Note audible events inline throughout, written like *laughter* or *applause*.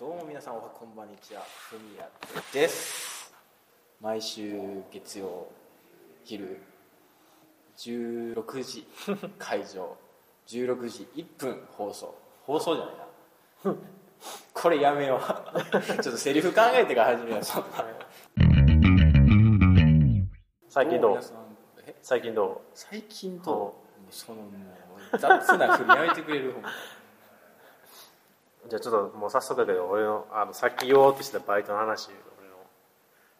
どうも皆さんおはこんばんにちはふみやです毎週月曜昼16時会場16時1分放送放送じゃないな *laughs* これやめよう *laughs* ちょっとセリフ考えてから始めようそんな最近どう皆さんえ最近ど最近ともうそのもう雑なふりやめてくれるほんまうじゃあちょっともう早速だけど俺のあのさっき言おうとしてたバイトの話俺の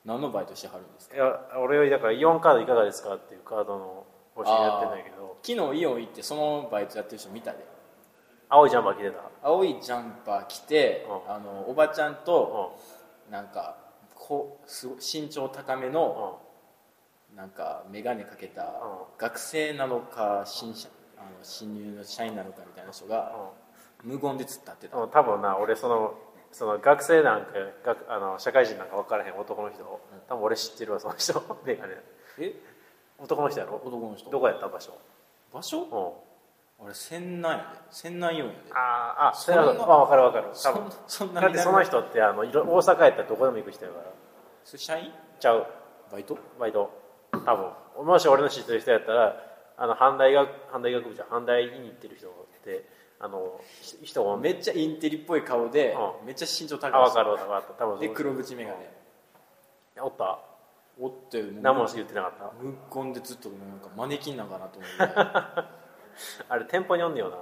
何のバイトしてはるんですかいや俺だからイオンカードいかがですかっていうカードの募集やってんだけどあー昨日イオン行ってそのバイトやってる人見たで青いジャンパー着てた青いジャンパー着て、うんあのおばちゃんうとんなんかこうすごい身長高めうのんなんか眼鏡かけたう学生なのか新社あの新入の社員なのかみたいな人が無言で突っ立ってた、うんうん多分な俺そのその学生なんか学あの社会人なんか分からへん男の人多分俺知ってるわその人 *laughs* メガネえ男の人やろ男の人どこやった場所場所うんあれ船内やで船内イオンやであーあそそんれなは分かる分かるそ多ん分そんな *laughs* だってその南人ってあのいろ大阪やったらどこでも行く人やからそれ社員ちゃうバイトバイト多分もし俺の知ってる人やったらあの阪大学阪大学部じゃん阪大に行ってる人ってあのひ人がめっちゃインテリっぽい顔で、うめっちゃ身長あ高い分人かる分かった多分で黒口眼鏡おったおってもう何も言ってなかっ無言でずっとなんかマネキンなんかなと思 *laughs* ってたあれ店舗におんねよな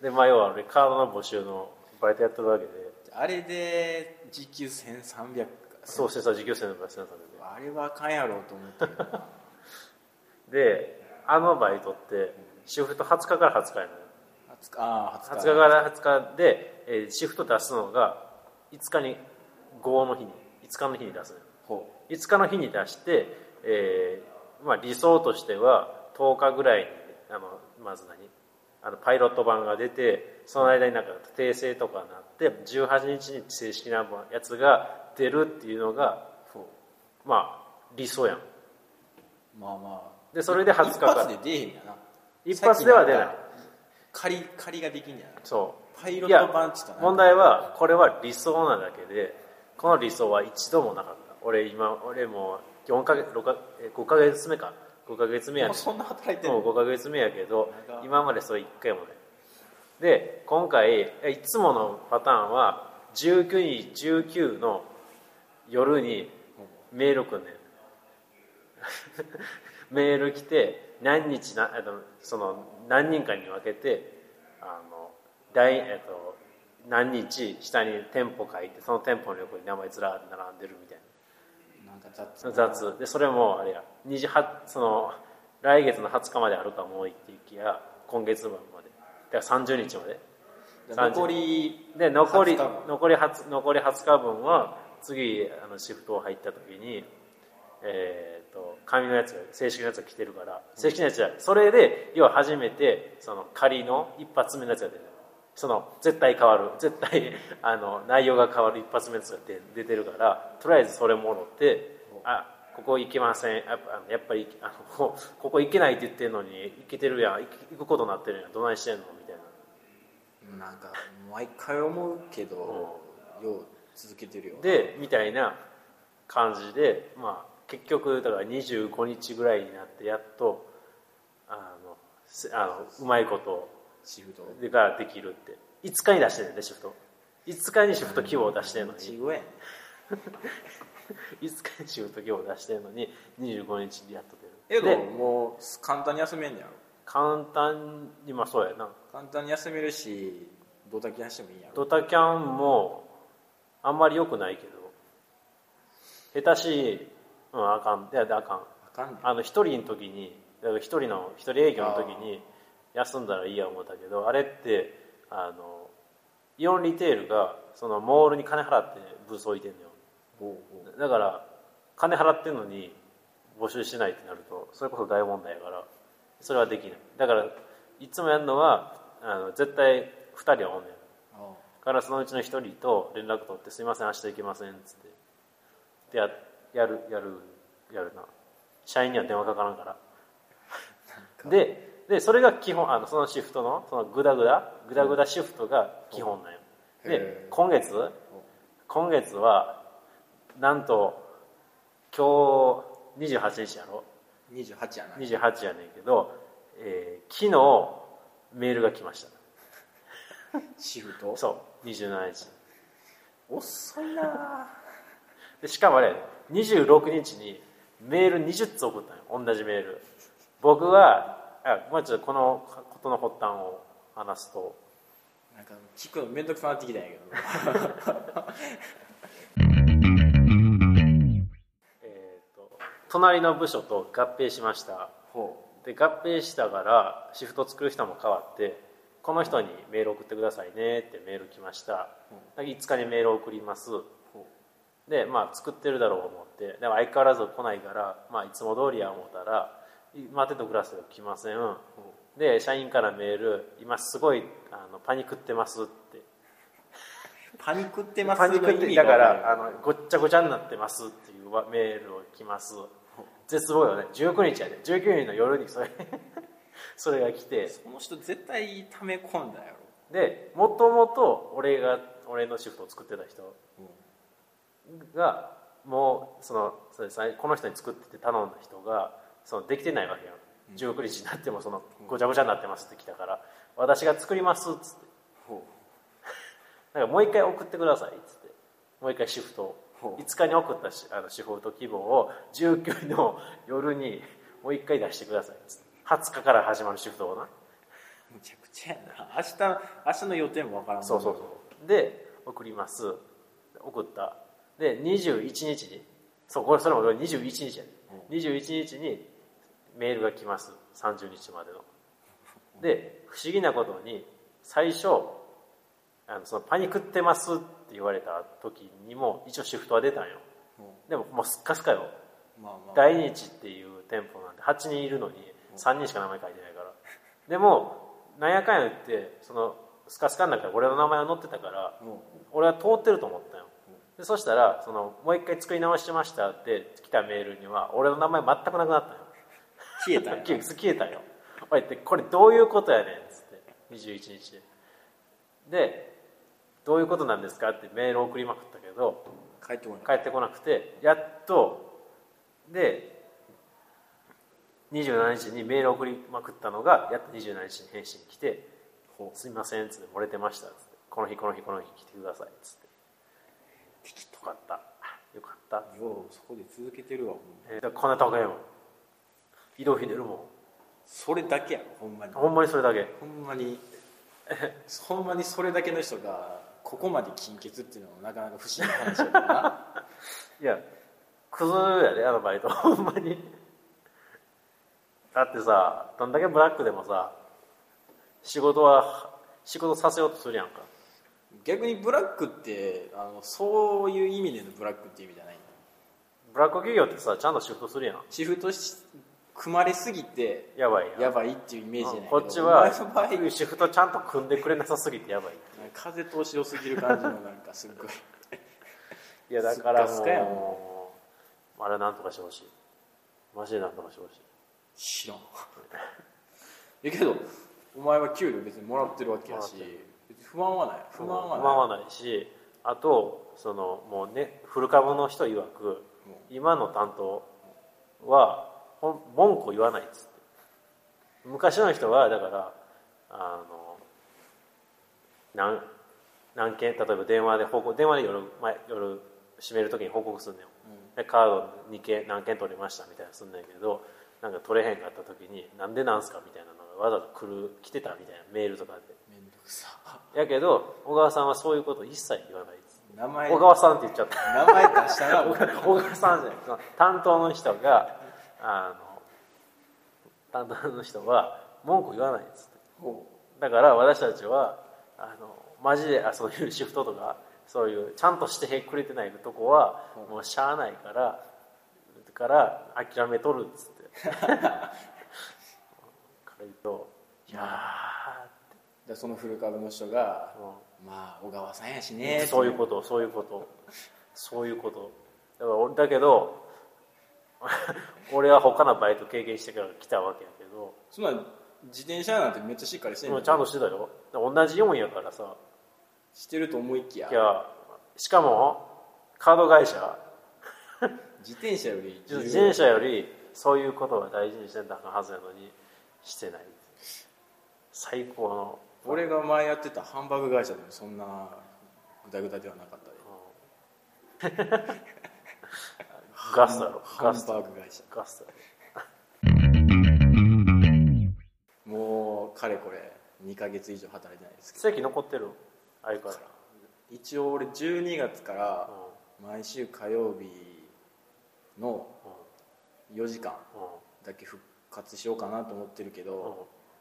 で前は俺カードの募集のバイトやってるわけであれで時給1300かそうしてさ授業生のバイトやってたんだけどあれはあかんやろうと思 *laughs* ったけどなであのバイトってシフト20日から20日やのよ20日ああ20 20日日から20日で、えーシフト出すのが5日に5の日に5日の日に出すのよほ5日の日に出して、えーまあ、理想としては10日ぐらいにあのまず何あのパイロット版が出てその間になんか訂正とかになって18日に正式なやつが出るっていうのがうほまあ理想やんうまあまあでそれで20日一から発で出えへんやな一発では出ないさっきんか仮仮ができんやなそうパイロット版っつったいらや問題はこれは理想なだけでこの理想は一度もなかった俺今俺も4ヶ月6かえ5ヶ月目か5ヶ月目やもねうそんな働いてんもうの5ヶ月目やけど長い今までそれ1回もないで今回えいつものパターンは19日19の夜にメール来んね *laughs* んメール来て何日なあのその何人かに分けてあの第えっと何日下に店舗書いてその店舗の横に名前ずらーって並んでるみたいななんか雑な雑でそれもあれや28その来月の20日まであるかもうっていきや今月分までだから30日まで残りで残り20日分残り20残り20日分は次あのシフト入った時にえー、と紙のやつが正式なやつが来てるから正式なやつじゃないそれで要は初めてその仮の一発目のやつが出てるその絶対変わる絶対あの内容が変わる一発目のやつが出出てるからとりあえずそれもろってあここ行けませんやっぱあのやっぱりあのここ行けないって言ってるのに行けてるやん行く行くことになってるやんどないしてんのみたいななんか毎回思うけど、よう続けてるよでみたいな感じで、まあ、結局だから25日ぐらいになってやっとあのせあのうまいことシフトでができるって5日に出してるんでシフト5日にシフト規模を出してるのにちごやね5日にシフト規模を出してるのに25日でやっと出えるででもう簡単に休めんねやろ簡単にまあそうやな簡単に休めるしドタキャンしてもいいんやろドタキャンもあんまり良くないけど下手しいうんあかんいやあかんあかんねんあの一人の時にだから一人の一人営業の時に休んだらいいや思ったけどあれってあのイオンリテールがそのモールに金払ってブース置いてんのよおうおうだから金払ってんのに募集しないってなるとそれこそ大問題やからそれはできないだからいつもやるのはあの絶対2人はおんねんからそのうちの1人と連絡取って「すいません明日行けません」っつってでややるやるやるな社員には電話かからんからででそれが基本あのそのシフトのそのグダグダグダグダシフトが基本なんようんへでー今月今月はなんと今日28日やろ28やな28やねんけど、えー昨日メールが来ましたシフトそう27日遅いなでしかもあれ26日にメール20通送ったのよ同じメール僕はあまあちょっとこのことの発端を話すとなんか聞くの面倒くさなってきたんやけどえー、と隣の部署と合併しましたほで合併したからシフト作る人も変わってこの人にメール送ってくださいねってメール来ましただから5日にメール送りますうほでまあ作ってるだろう思ってでも相変わらず来ないから、まあ、いつも通りや思ったらい待ってとくださいよ来ませんうほで社員からメール「今すごいあのパニックってます」ってうパニックってますパニックってだからあのごっちゃごちゃになってますっていうわメールを来ます絶望よね19日やで19日の夜にそれ *laughs* それが来てその人絶対溜め込んだやろ、でもともと俺が俺のシフトを作ってた人がもうそのそれさこの人に作ってて頼んだ人がそのできてないわけよ19日になってもそのごちゃごちゃになってますって来たから私が作りますっつってほだからもう一回送ってくださいっつってもう一回シフトほをう5日に送ったしあのシフト希望を19の夜にもう一回出してくださいっつって20日から始まるシフトをなむちゃくちゃやな明日明日の予定もわからんもんそうそうそうで送ります送ったで21日にそうこれそれも俺21日やね、21日にメールが来ます30日までので不思議なことに最初あのそのパニックってますって言われた時にも一応シフトは出たんよほでももうすっかすかようまあまあ大日っていう店舗なんて8人いるのに3人しか名前書いてないからでもなんやかんや言ってそのスカスカの中に俺の名前が載ってたからほ俺は通ってると思ったよでそしたらその「もう一回作り直しました」って来たメールには俺の名前全くなくなったよう消えたんや *laughs* 消え消えたよおいってこれどういうことやねんっつって21日ででどういうことなんですかってメール送りまくったけど帰ってこない帰ってこなくてやっとで27日にメール送りまくったのがやっと27日に返信来て「すいません」っつって「漏れてました」っつって「この日この日この日来てください」っつって「聞きとかったよかったようそこで続けてるわほんま」えーだからこんな高いもん移動費出るもそれだけやろほんまにんほんまにそれだけほんまに *laughs* ほんまにそれだけの人がここまで金欠っていうのもなかなか不思議な話やから *laughs* ないやクズやであのバイト *laughs* ほんまにだってさどんだけブラックでもさ仕事は仕事させようとするやんか逆にブラックってあのそういう意味でのブラックっていう意味じゃないんだブラック企業ってさちゃんとシフトするやんシフトし組まれすぎてやばいやんやばいっていうイメージじゃないけどこっちはお *laughs* 前の場合シフトちゃんと組んでくれなさすぎてやばい風通し良すぎる感じのなんかすっごいいやだからすっかすもかやんうあれなんとかしてほしいマジでなんとかしてほしい知ら *laughs* んえけどお前は給料別にもらってるわけやしもらって別に不満はない不満はない不満はないしあとそのもうねフル株の人曰く今の担当はほん文句を言わないっつって昔の人はだからあの何何件例えば電話で報告電話で夜,、まあ、夜閉める時に報告すんねん、でカード2件何件取りましたみたいなのすんねんけどなんか取れへんかった時になんでなんすかみたいなのがわざと来る来てたみたいなメールとかでめんどくさやけど小川さんはそういうこと一切言わないっつって名前小川さんって言っちゃった名前出したな俺小川さんじゃないその担当の人があの担当の人は文句言わないっつってほだから私たちはあのマジであそういうシフトとかそういうちゃんとしてくれてないとこはもうしゃあないからから諦めとるっつって *laughs* 彼と「いやでその古株の人がーも「まあ小川さんやしうね」そういうことそういうことそういうことだから俺だけど *laughs* 俺は他のバイト経験してから来たわけやけどつまり自転車なんてめっちゃしっかりしてでんのもちゃんとしてたよ同じ4やからさしてると思いきやいやしかもカード会社自転車より自重転要車よりそういうことが大事にしてたはずなのにしてない最高の俺が前やってたハンバーグ会社でもそんなグダグダではなかったで *laughs* ガスだろハンガスバーグ会社ガスだもうかれこれ2ヶ月以上働いてないですけど席残ってる相変わ一応俺12月かららうん毎週火曜日の4時間うだけ復活しようかなと思ってるけど、んうん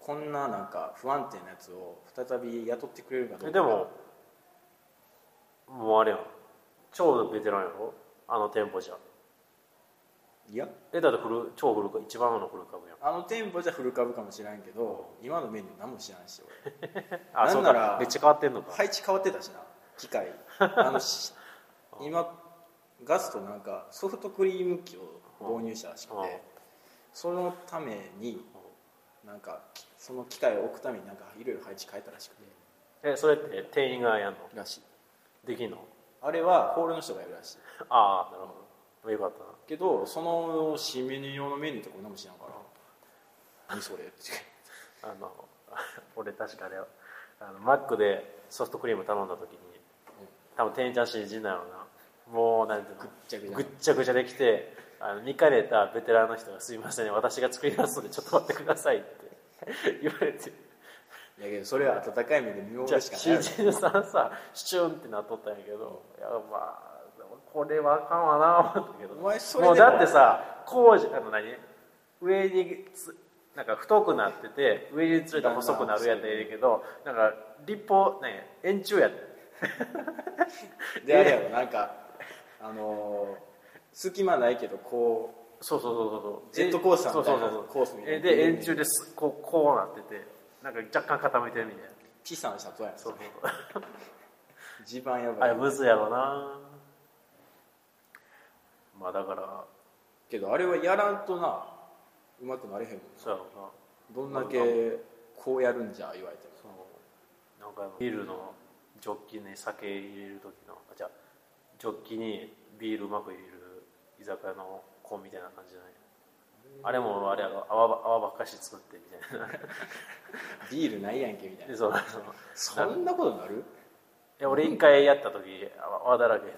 こんななんか不安定なやつを再び雇ってくれるかどうえかでももうあれやん超ベテランやろあの店舗じゃいやえだって古超古株一番の古株やんあの店舗じゃフル株かもしれんけど今のメニュー何も知らんし俺あなそんうならかめっちゃ変わってんのか配置変わってたしな機 *laughs* 械あのし今ガストなんかソフトクリーム機を導入したらしくうんうんてそのためになんかその機械を置くためになんかいろいろ配置変えたらしくてえそれって店員がやんのらしいできんのあれはホールの人がやるらしいああなるほどよかったなけどその新メニュー用のメニューとか俺何も知らんから何それってあの *laughs* 俺確かあれあのマックでソフトクリーム頼んだ時に多分店員ちゃん新人だろうなもうなんていうのぐっちゃぐちゃぐっちゃぐちゃできてあの見かねたベテランの人が「すいません私が作りますのでちょっと待ってください」って言われていやけどそれは温かい目で見守じゃあるしかない新人さんさシチュンってなっとったんやけどいやまあでもこれはあかんわな思ったけどお前それでももうだってさこうじあの何上につなんか太くなってて上につれたら細くなるやったらいいけどなんか立方なんや円柱やったよであれやろなんかあのー隙間ないけどこそうそうそうそうそうジェットコースターそうみたいそうなそうそうコースみたいなえで円柱ですこうこうなっててなんか若干傾いてるみたいなうピサの里やんそうそう地盤やあばれいむずいやろなまあだからけどあれはやらんとなうまくなれへんもんそうやろうなどんだけこうやるんじゃ言われてもそのなんかビールのジョッキに酒入れる時のあじゃあジョッキにビールうまく入れる居酒屋の子みたいな感じじゃないあれもあれやろ泡ば泡ばっかし作ってみたいなビールないやんけみたいでなそうそのそいんなことなるや俺一回やった時泡泡だらけで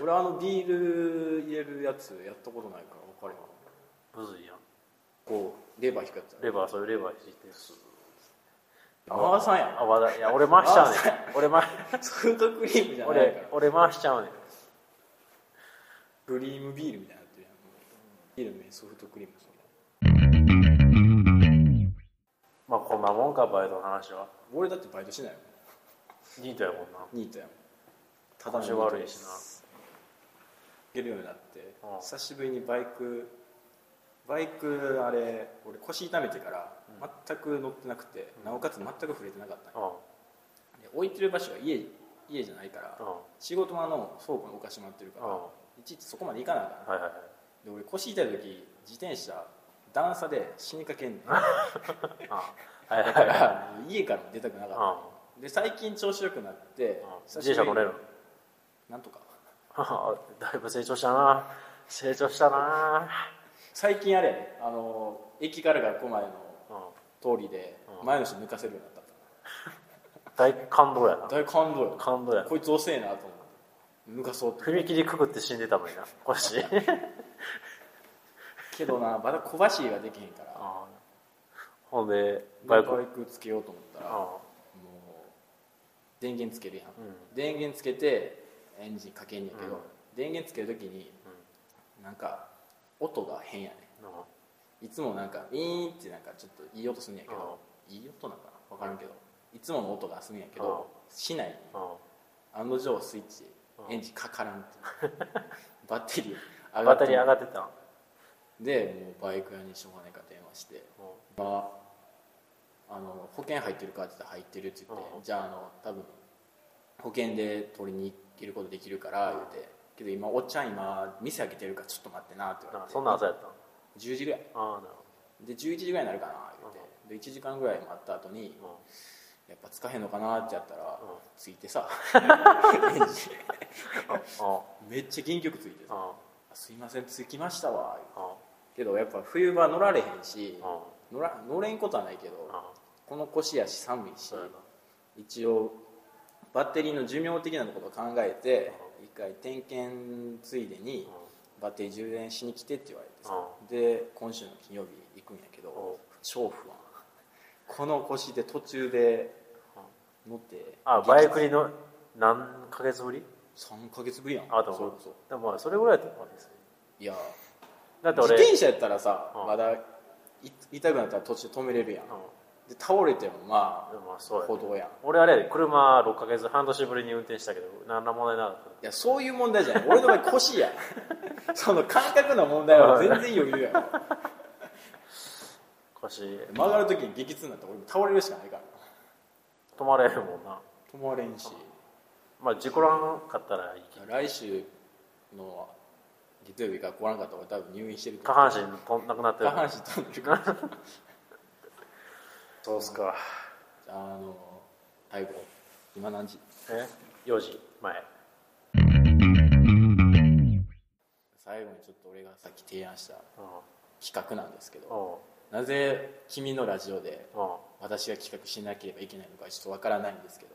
俺あのビール入れるやつやったことないから分かるよむずいやんこうレバー引くやつレバーそういうレバー引いて回さんやん泡だいや俺回しちゃうねん俺回ソフトクリームじゃないか俺ら俺回しちゃうねんクリームビールみたいになってるやんビールの上にソフトクリームそうまあこんなもんかバイトの話は俺だってバイトしないもんニートやもんなニートやもんた調子悪いしな行けるようになってうん久しぶりにバイクバイクあれ俺腰痛めてから全く乗ってなくて、なおかつ全く触れてなかったんようんで置いてる場所が家家じゃないから、うん仕事場の倉庫に置かしてもらってるから、うんいちいちそこまで行かないからはいはいはいで俺腰痛い時自転車段差で死にかけんねんだうんはいはいかはいら家からも出たくなかったうで最近調子よくなってんうん自久しぶり転車に乗れるなんとかだいぶ成長したな成長したな最近あれやねあの駅から学校前のうん通りでうん前の人抜かせるようになっ大感動やなた大感動よ感動やなこいつ遅えなと思って抜かそうって踏切くぐって死んでたのにな腰うんけどなまだ小走りができへんからほんでババイイククうんつけようと思ったらもう電源つけるやん、うん電源つけてエンジンかけんやけど、うん電源つけるときになんか音が変やねうんいつもなんかウィーンってなんかちょっといい音するんやけど、いい音なんかな分からんけどいつもの音がするんやけど、しないねうん案の定スイッチうん *laughs* エンジンかからんってバッテリー上がバッってテリー上がってたんでもうバイク屋にしょうがないから電話しても「今あの保険入ってるか?」って言ったら「入ってる」って言って、うんじゃああの多分保険で取りに行けることできるから」言うて、けど今おっちゃん今店開けてるからちょっと待ってな」ってう言わあれてそんな朝やったん10時ぐらいああなるで11時ぐらいになるかな言って、で1時間ぐらい待った後にほどやっぱつかへんのかなってやったら、うんついてさあめっちゃ元気よくついてさあ「すいません着きましたわああ」けどやっぱ冬場乗られへんしあ乗ら乗れんことはないけどあこの腰やし寒いしそうやな一応バッテリーの寿命的なことを考えて一回点検ついでにバッテリー充電しに来てって言われてさで今週の金曜日行くんやけうどん超不安 *laughs* この腰で途中で乗ってあバイクにの何ヶ月ぶり3ヶ月ぶりやんあでもそれこそでもまあそれぐらいだったんですよいやだって自俺転車やったらさうんまだい痛くなったら途中止めれるやんうんで倒れてもまでもまああそうや歩ね道やん俺あれやで車6ヶ月半年ぶりに運転したけど何ら問題なかったいやそういう問題じゃない俺の場合腰や *laughs* その感覚の問題は全然余裕やろ腰曲がる時に激痛になって俺も倒れるしかないから止まれへんもんな止まれんしまあ事故らんかったらいいけど来週の月曜日学校おらんかったら俺多分入院してる下か半身となくなってら下る半身飛んでるからそうっすかあの最後今何時え4時前最後にちょっと俺がさっき提案したうん企画なんですけどうんなぜ君のラジオでうん私が企画しなければいけないのかちょっとわからないんですけど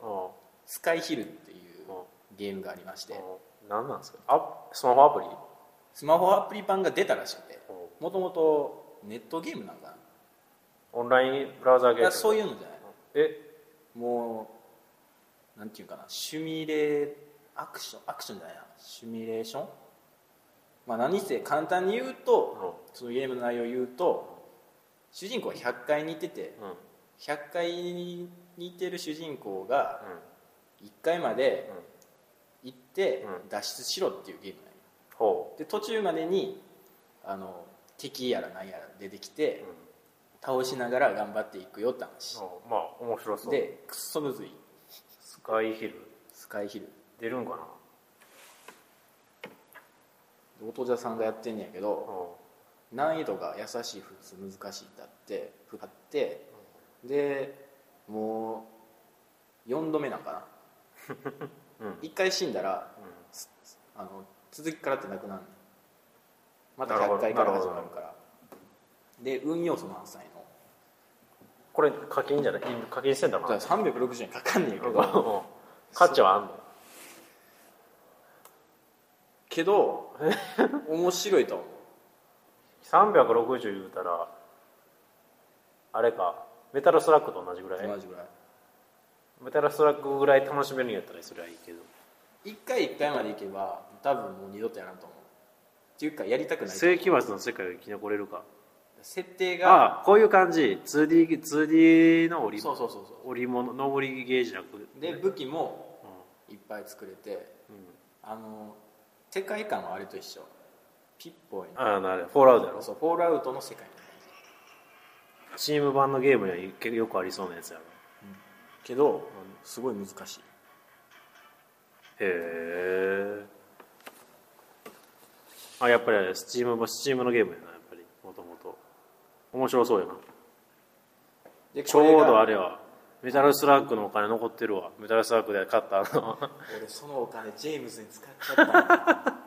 「うんスカイヒル」っていううんゲームがありましてうん何なんですかあスマホアプリスマホアプリ版が出たらしくてうんもともとネットゲームなんかオンラインブラウザーないゲーやムそういうのじゃないえもうなんていうかなシミュレアクションアクションじゃないなシミュレーションまあ何せ簡単に言うと、そのゲームの内容を言うと主人公は100回似ててうんうん100回に似てる主人公が1回までうん行ってうん脱出しろっていうゲームなんよほで途中までにあの敵やら何やら出てきう、てうん倒しながら頑張っていくよって話うんまあ面白そうでクッソむずいスカイヒルスカイヒル出るんかなで弟者さんがやってんねやけど、う難易度が優しい普通難しいだって振ってでもう4度目なんかな、 *laughs* うん1回死んだらんうんあの続きからってなくなるまたなるほ100ど回からな始るほまどるからで運要素満載のこれ課金じゃない課金してんだなだから360円かかんねんけうんど価値はあんのけど面白いと思う360言うたらあれかメタルストラックと同じぐらい同じぐらいメタルストラックぐらい楽しめるんやったらそれはいいけど1回1回までいけば多分もう二度とやらんと思うっていうかやりたくない世紀末の世界を生き残れるか設定がああこういう感じ 2D, 2D の織そうそ物うそうそう織物登りゲージなくで武器もうんいっぱい作れてうんあの世界観はあれと一緒ピッポイのああなるほどフォールアウトやろそうフォールアウトの世界みたいな感チーム版のゲームには結構よくありそうなやつやろじけどすごい難しいへえあやっぱりあれスチームスチームのゲームやなやっぱりもともと面白そうやなでちょうどあれれはメタルストラックのお金残ってるわメタルストラックで買ったあの *laughs* が俺そのお金ジェームズに使っちゃった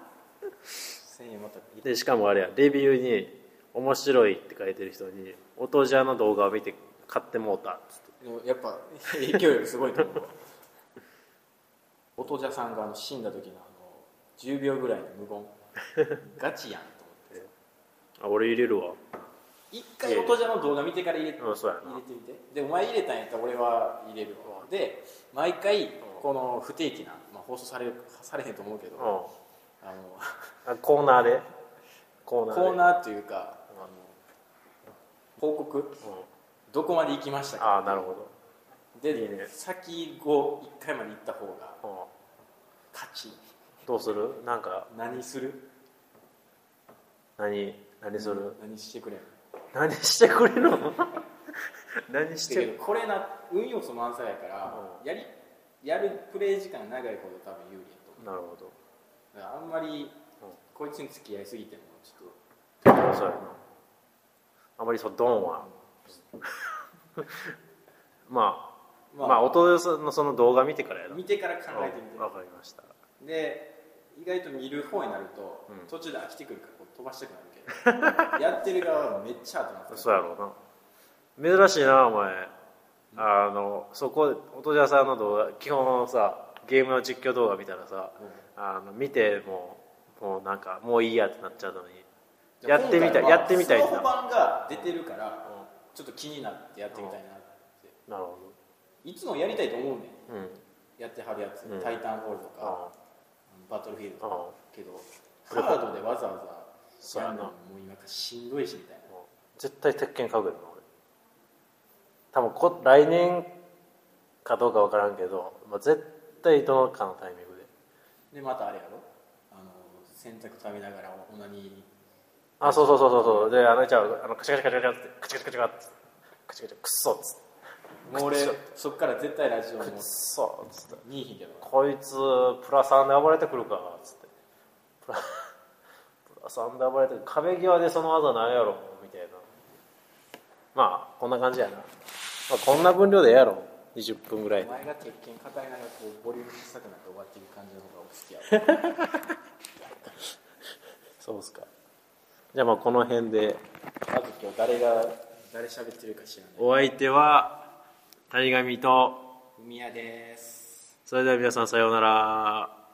1000円またでしかもあれやレビューに「面白い」って書いてる人に「音じゃの動画を見て買ってもうた」っつってでもやっぱ影響力すごいと思うわ音じゃさんがあの死んだ時のあの10秒ぐらいの無言ガチやんと思ってあ俺入れるわ一回音じゃの動画見てから入れてうんそうや入なれてみてでお前入れたんやったら俺は入れるわで毎回この不定期な、まあ、放送されるされへんと思うけど、うんあのあコーナーでコーナーコでーナーというかうん報告うんどこまで行きましたかああなるほでいいね先後1回まで行った方がど、勝ちうん、どうするなんか何する何何する、何してくれん何してくれる *laughs* の何してけどこれな運要素満載やから、やりやるプレイ時間長いほど多分有利やと思なるほどうだからあんまり、こいつに付き合いすぎてもちょっそうやなあまりそうドンは *laughs* まとあまあ弟さんのその動画見てからやな見てから考えてみてわかりましたで意外と見る方になると、うん途中で飽きてくるからこう飛ばしたくなる *laughs* けどやってる側はめっちゃ後なんですそうやろうな珍しいなお前あのそこ音じゃさんの動画基本さゲームの実況動画見たらさうんあの見てもうもうなんかもういいやってなっちゃうのにじゃあやってみた今い回はやってみたいなスマホ版が出てるからちょっと気になってやってみたいなって、なるほいつもやりたいと思うねどうんんやってはるやつ、うんタイタンホールとか、あバトルフィールドとかあけどハードでわざわそざうややるなのももう今からしんどいしみたいな絶対鉄拳買うけどな俺多分こ来年かどうか分からんけど、まあ、絶対どのかのタイミングででまたあれやろあの洗濯食べながらオナニあそうそうそうそうそうであのじゃああのカチャカチャカチャカチャカチャカチャカチャカチャカチャカチャクソっつってーもう俺そっから絶対ラジオもクソっつって見いひんけどこいつプラ3で暴れてくるかっつってプラプラ3で暴れて壁際でその技何やろみたいなまあこんな感じやな、まあ、こんな分量でええやろ20分ぐらいおで前が鉄拳語りながらこうボリューム小さくなって終わっていく感じの方が好きやわそうっすかじゃあまあこの辺でまず今日誰が誰喋ってるか知らないお相手は谷上と海谷ですそれでは皆さんさようなら